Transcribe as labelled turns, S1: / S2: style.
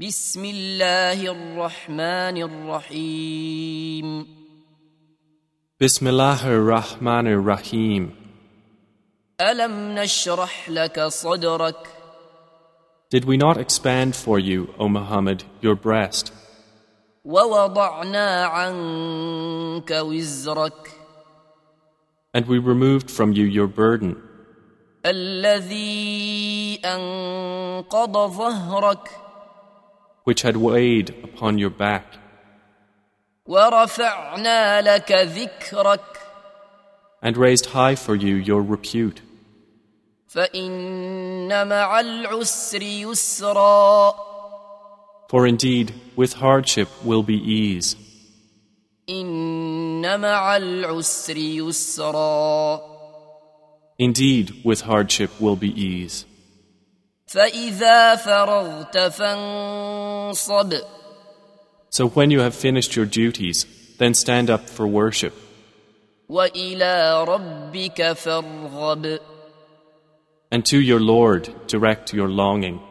S1: بسم الله الرحمن الرحيم
S2: Bismillahir Rahmanir Rahim.
S1: ألم نشرح لك صدرك
S2: Did we not expand for you, O Muhammad, your breast,
S1: ووضعنا عنك وزرك
S2: and we removed from you your burden,
S1: الذي أنقض ظهرك
S2: which had weighed upon your back,
S1: ورفعنا لك ذكرك
S2: and raised high for you your repute?
S1: فإن مع العسر يسرا
S2: For indeed, with hardship will be ease.
S1: إن مع العسر يسرا
S2: Indeed, with hardship will be ease.
S1: فإذا فرغت فانصب
S2: So when you have finished your duties, then stand up for worship,
S1: وإلى ربك فارغب
S2: and to your Lord direct your longing.